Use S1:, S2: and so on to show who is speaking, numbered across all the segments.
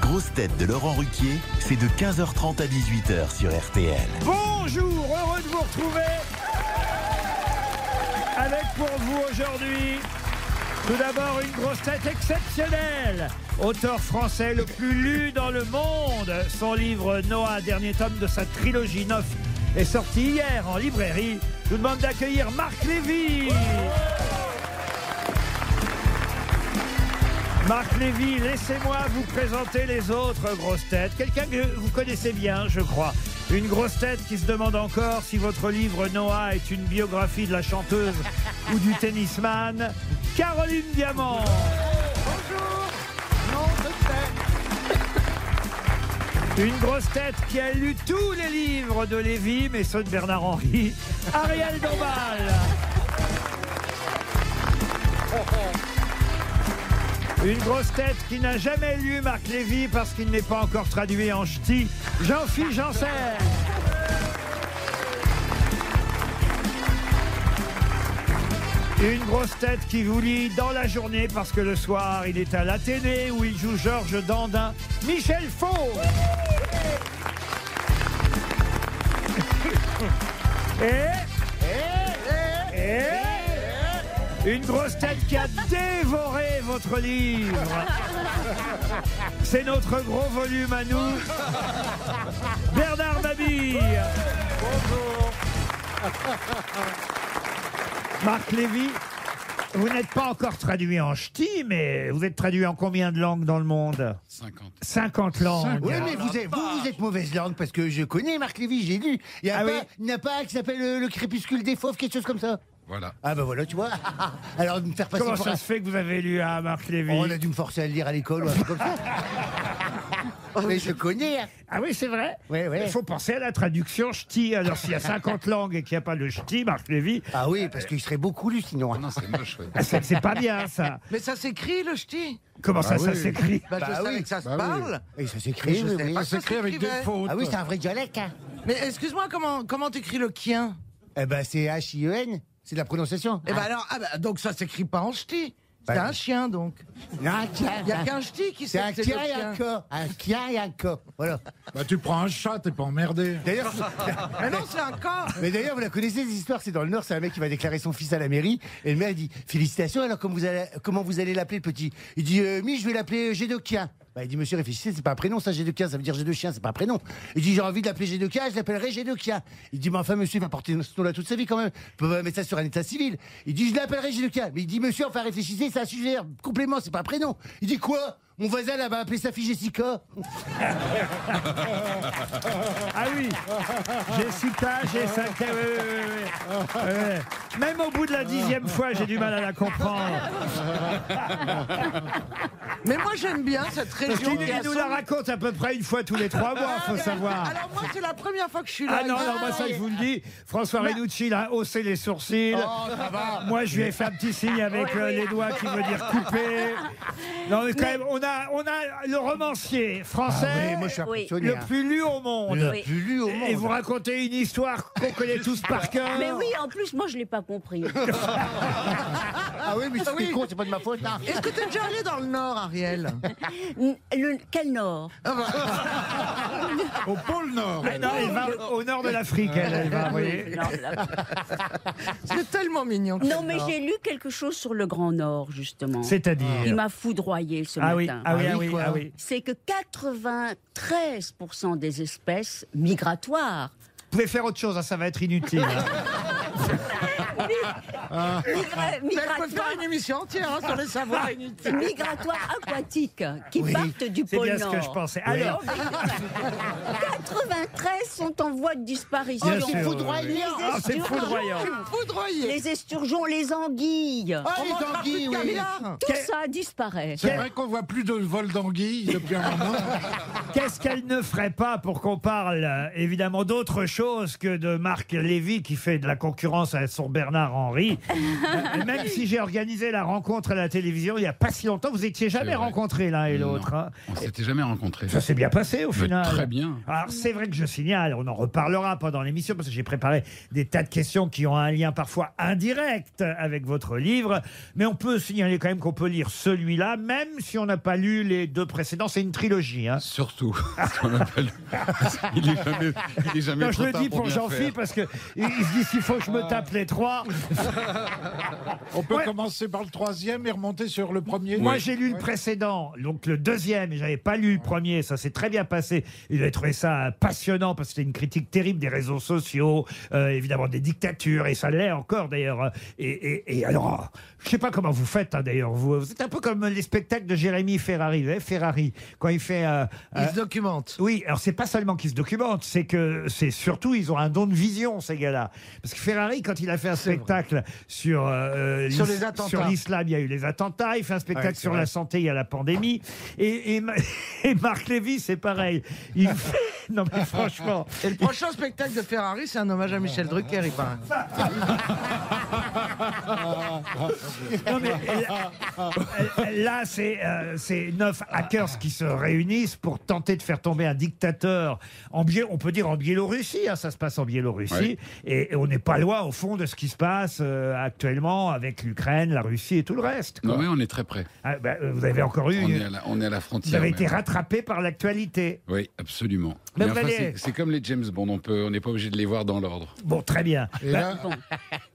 S1: grosses têtes de Laurent Ruquier, c'est de 15h30 à 18h sur RTL.
S2: Bonjour, heureux de vous retrouver avec pour vous aujourd'hui tout d'abord une grosse tête exceptionnelle. Auteur français le plus lu dans le monde, son livre Noah, dernier tome de sa trilogie 9, est sorti hier en librairie. Je vous demande d'accueillir Marc Lévy. Marc Lévy, laissez-moi vous présenter les autres grosses têtes. Quelqu'un que vous connaissez bien, je crois. Une grosse tête qui se demande encore si votre livre Noah est une biographie de la chanteuse ou du tennisman. Caroline Diamant. Une grosse tête qui a lu tous les livres de Lévy, mais ceux de Bernard Henry. Ariel Dombal. Une grosse tête qui n'a jamais lu Marc Lévy parce qu'il n'est pas encore traduit en ch'ti, Jean-Philippe Janssen. Une grosse tête qui vous lit dans la journée parce que le soir il est à l'Athénée où il joue Georges Dandin, Michel Faux. Et- et une grosse tête qui a dévoré votre livre. C'est notre gros volume à nous. Bernard Mabille. Marc Lévy, vous n'êtes pas encore traduit en ch'ti, mais vous êtes traduit en combien de langues dans le monde
S3: 50.
S2: 50 langues.
S4: Oui, mais vous êtes, vous, vous êtes mauvaise langue parce que je connais Marc Lévy, j'ai lu. Il n'y a,
S2: Ah
S4: pas-
S2: oui.
S4: il n'y a pas un qui s'appelle euh, le crépuscule des fauves, quelque chose comme ça.
S3: Voilà.
S4: Ah ben voilà, tu vois. Alors de me faire passer
S2: Comment
S4: pour
S2: ça
S4: un-
S2: se fait que vous avez lu à Marc Lévy
S4: Oh, on a dû me forcer à le lire à l'école ou un truc comme ça. mais je connais. hein.
S2: Ah oui, c'est vrai.
S4: Ouais, ouais.
S2: Il faut penser à la traduction ch'ti. Alors, s'il y a 50 langues et qu'il n'y a pas le ch'ti, Marc Lévy,
S4: Ah oui, parce qu'il serait beaucoup lu sinon. hein.
S5: Oh,
S3: Ah non, c'est moche. ouais.
S2: ah, c'est c'est pas bien, ça.
S6: Mais ça s'écrit le ch'ti
S2: Comment ça,
S3: Ah
S2: ça
S3: oui.
S2: s'écrit
S6: bah,
S4: Bah
S6: Je savais
S4: oui,
S6: que ça se
S3: bah oui.
S6: parle.
S4: Et ça
S6: Mais
S4: s'écrit.
S6: je
S4: oui,
S6: sais
S4: oui.
S6: pas ça
S3: S'écrit avec deux
S6: s'écrivait.
S3: fautes.
S4: Ah oui, c'est un vrai dialecte. hein.
S6: Mais excuse-moi, comment, comment t'écris le kien
S4: Eh ben c'est H-I-E-N, c'est de la prononciation.
S6: Eh ben alors, ah bah, donc ça s'écrit pas en ch'ti. C'est
S4: Bah.
S6: un chien, donc.
S4: Non, tiens,
S6: Il n'y a qu'un ch'ti qui
S4: C'est
S6: sait
S4: un
S6: que c'est le
S4: kia et un
S6: chien.
S4: co. Un kia et un co. Voilà.
S3: Bah, tu prends un chat, t'es pas emmerdé.
S4: D'ailleurs,
S6: Mais non, c'est un corps.
S4: Mais d'ailleurs, vous la connaissez, cette histoire, c'est dans le Nord, c'est un mec qui va déclarer son fils à la mairie, et le maire il dit, félicitations, alors comme vous allez- comment vous allez l'appeler le petit Il dit, euh, mi, je vais l'appeler Gédoquien. Bah, il dit, monsieur, réfléchissez, c'est pas un prénom, ça, Gédoquien, ça veut dire j'ai deux chiens, c'est pas un prénom. Il dit, j'ai envie de l'appeler Gédoquien, je l'appellerai Gédoquien. Il dit, mais enfin, monsieur, il va porter ce nom-là toute sa vie quand même, il peut pas mettre ça sur un état civil. Il dit, je l'appellerai Gédoquien. Mais il dit, monsieur, enfin, réfléchissez, c'est un sujet, un complément, c'est pas un prénom. Il dit, quoi mon voisin, là, va appeler sa fille Jessica.
S2: Ah oui Jessica, Jessica, oui, oui, oui, oui. Ouais. Même au bout de la dixième fois, j'ai du mal à la comprendre.
S6: Mais moi, j'aime bien cette
S2: Parce
S6: région.
S2: qu'il
S6: qui a
S2: il nous
S6: son-
S2: la raconte à peu près une fois tous les trois mois, faut
S6: Ah,
S2: savoir.
S6: Alors moi, c'est la première fois que je suis là.
S2: Ah non, non, moi ça je vous le dis, François Renucci il a haussé les sourcils.
S3: Oh,
S2: Moi je lui ai fait un petit signe avec euh, les doigts qui veut dire couper. Non mais quand même, on a, on a le romancier
S3: Ah
S2: français
S4: Ouais, moi, je suis
S7: Oui.
S4: impressionné.
S2: Euh, le
S4: hein.
S2: plus lu au monde.
S4: Le plus lu au monde.
S2: Et vous racontez une histoire qu'on connaît tous par cœur.
S7: Mais oui, en plus, moi, je l'ai pas compris.
S4: Ah oui, mais c'est con, c'est pas de ma faute. hein.
S6: Est-ce que t'es déjà allé dans le Nord, Ariel
S7: N- le- quel Nord
S3: Au pôle Nord.
S2: Ah non, elle va au nord de l'Afrique, elle, elle va, vous voyez.
S7: Non, là-
S6: C'est tellement mignon. que
S7: non,
S6: le
S7: mais
S6: Nord.
S7: j'ai lu quelque chose sur le Grand Nord, justement. Il
S2: C'est-à-dire.
S7: m'a foudroyé ce
S2: Ah oui,
S7: matin.
S2: ah oui,
S4: Ah
S2: ah
S4: oui,
S2: oui,
S4: quoi.
S2: ah oui.
S7: C'est que 93% des espèces migratoires,
S2: Vous pouvez faire autre chose, hein, ça va être inutile.
S6: Mais
S7: migra-
S6: elle peut faire
S7: migratoires,
S6: une émission entière hein, sur les savoirs inutiles.
S7: migratoires aquatiques qui
S4: Oui,
S7: partent du
S2: C'est
S7: pôle
S2: bien ce
S7: Nord.
S2: que je pensais. Alors,
S7: 93 sont en voie de disparition.
S2: Bien sûr,
S4: foudroyé.
S7: Les
S2: Ah, c'est
S7: esturgeons-
S2: foudroyant.
S6: Foudroyé. Oh,
S7: Les esturgeons, les anguilles,
S4: Ah,
S6: On
S4: les
S6: mangera plus
S4: anguilles,
S6: de
S4: oui.
S6: caviar.
S7: tout ça disparaît.
S3: C'est vrai qu'on voit plus de vol d'anguilles depuis un moment.
S2: Qu'est-ce qu'elle ne ferait pas pour qu'on parle euh, évidemment d'autre chose que de Marc Lévy qui fait de la concurrence à son Bernard Bernard Henry. Euh, même si j'ai organisé la rencontre à la télévision il n'y a pas si longtemps, vous étiez jamais
S5: vrai.
S2: rencontrés l'un et l'autre. hein.
S5: On s'était jamais rencontrés.
S2: Ça s'est bien passé au
S5: Mais
S2: final.
S5: très bien.
S2: Mhm. Alors c'est vrai que je signale, on en reparlera pendant l'émission parce que j'ai préparé des tas de questions qui ont un lien parfois indirect avec votre livre, mais on peut signaler quand même qu'on peut lire celui-là même si on n'a pas lu les deux précédents, c'est une trilogie. hein.
S5: Surtout. ce qu'on appelle- il est jamais, il est jamais
S2: Non, je
S5: trop
S2: le
S5: tard
S2: dis pour
S5: bien
S2: Jean-Philippe
S5: faire.
S2: parce
S5: Ah.
S2: que il il se dit s'il faut que je me tape les trois.
S3: On peut
S2: Ouais.
S3: commencer par le troisième et remonter sur le premier.
S2: Moi, j'ai lu le précédent, donc le deuxième, et j'avais pas lu le premier. Ça s'est très bien passé. Il avait trouvé ça euh, passionnant parce que c'était une critique terrible des réseaux sociaux, euh, évidemment des dictatures, et ça l'est encore d'ailleurs. Et, et- et alors, euh, je sais pas comment vous faites hein, d'ailleurs. Vous, vous êtes un peu comme les spectacles de Jérémy Ferrari, vous savez, Ferrari, quand il fait. euh, euh,
S6: Il se documente.
S2: oui, alors c'est pas seulement qu'ils se documentent, c'est que c'est surtout ils ont un don de vision ces gars-là. Parce que Ferrari, quand il a fait un spectacle sur euh,
S6: Sur
S2: l'is-
S6: les attentats.
S2: sur l'islam, il y a eu les attentats. Il fait un spectacle
S4: Ouais, c'est
S2: sur
S4: vrai.
S2: la santé, il y a la pandémie. Et, et, Ma- et Marc Lévy, c'est pareil. Il fait... Non mais franchement,
S6: Et le prochain spectacle de Ferrari, c'est un hommage à Michel Drucker, il paraît.
S2: non mais là, là, c'est euh, c'est neuf hackers qui se réunissent pour tenter de faire tomber un dictateur en Bié- on peut dire en Biélorussie, hein, ça se passe en Biélorussie, et, et on n'est pas loin au fond de ce qui se passe euh, actuellement avec l''Ukraine, la Russie et tout le reste. quoi.
S5: Non, mais on est très près.
S2: Ah, bah, euh, vous avez encore eu,
S5: On est à la, on est à la
S2: vous
S5: frontière.
S2: avez été
S5: même.
S2: rattrapé par l'actualité.
S5: Oui, absolument.
S2: Mais
S5: Mais
S2: vous
S5: enfin,
S2: allez-
S5: c'est- c'est comme les James Bond, on peut, on n'est pas obligé de les voir dans l'ordre.
S2: Bon, très bien,
S3: Et là,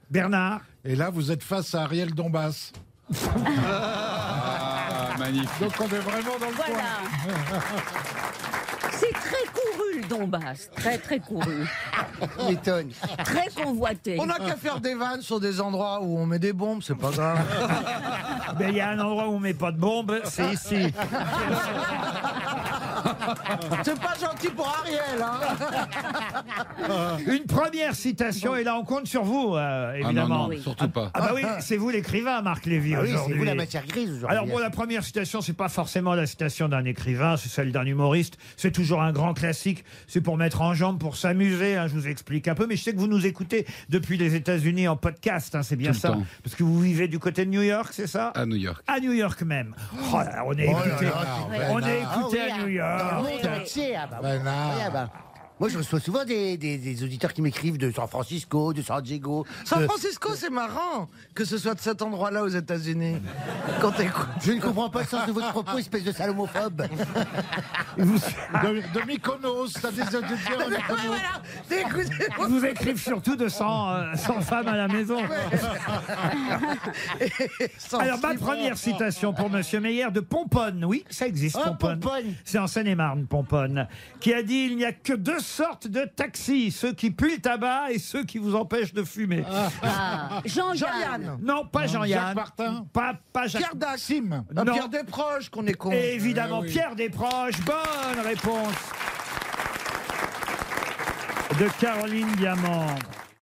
S2: Bernard.
S3: et là, vous êtes face à Ariel Dombas.
S5: Ah, magnifique.
S3: Donc on est vraiment dans le coin.
S7: Voilà. C'est très couru le Donbass, très très couru,
S4: Il étonne.
S7: très convoité.
S6: On n'a qu'à faire des vannes sur des endroits où on met des bombes, c'est pas grave.
S2: Ben, Il y a un endroit où on met pas de bombe, c'est ici.
S6: C'est pas gentil pour Ariel,
S4: Ah
S6: hein
S2: Une première citation, et là on compte sur vous, euh,
S5: Ah non,
S2: évidemment.
S5: non, surtout pas.
S2: Ah bah oui, c'est vous l'écrivain, Marc Lévy,
S4: Ah oui, c'est
S2: aujourd'hui.
S4: vous la matière grise aujourd'hui. hein.
S2: Alors bon, la première citation, c'est pas forcément la citation d'un écrivain, c'est celle d'un humoriste. C'est toujours un grand classique. C'est pour mettre en jambe, pour s'amuser. hein, je vous explique un peu, mais je sais que vous nous écoutez depuis les États-Unis en podcast. hein, c'est bien
S5: Tout le
S2: ça,
S5: temps.
S2: parce que vous vivez du côté de New York, c'est ça
S5: À New York.
S2: À New York même. Oh là là, on est écouté, on est écouté
S4: Ah oui,
S2: à
S4: hein.
S2: New York.
S4: Dans le monde
S7: oui.
S4: entier, ah bah oui,
S3: Bernard.
S4: incroyable, hein. Moi, je reçois souvent des, des- des auditeurs qui m'écrivent de San Francisco, de San Diego.
S6: San
S4: de-
S6: Francisco, c'est marrant que ce soit de cet endroit-là aux États-Unis. Quand t'écoutes.
S4: Je ne comprends pas le sens de votre propos, espèce de salomophobe.
S3: De, de Mykonos, t'as des auditeurs à
S6: Ouais,
S3: Mykonos.
S6: voilà, t'écoutes-
S2: Ils vous écrivent surtout de 100, euh, 100 femmes à la maison.
S6: Sans
S2: Alors, ma
S6: slip.
S2: première citation pour Monsieur Meyer de Pomponne. Oui, ça existe,
S4: Ah,
S2: Pomponne.
S4: Pomponne.
S2: C'est en Seine-et-Marne, Pomponne. Qui a dit il n'y a que deux sortes de taxis, ceux qui puent le tabac et ceux qui vous empêchent de fumer.
S7: Ah, Jean-Yann.
S6: Jean-Yann.
S2: Non, pas Jean-Yann.
S3: Jacques Martin.
S2: Pas, pas Jacques.
S6: Pierre Dac.
S3: Sim.
S6: Ah,
S2: Non.
S6: Pierre Desproges, qu'on est con.
S2: Et évidemment,
S3: Ah oui.
S2: Pierre Desproges. Bonne réponse de Caroline Diamant.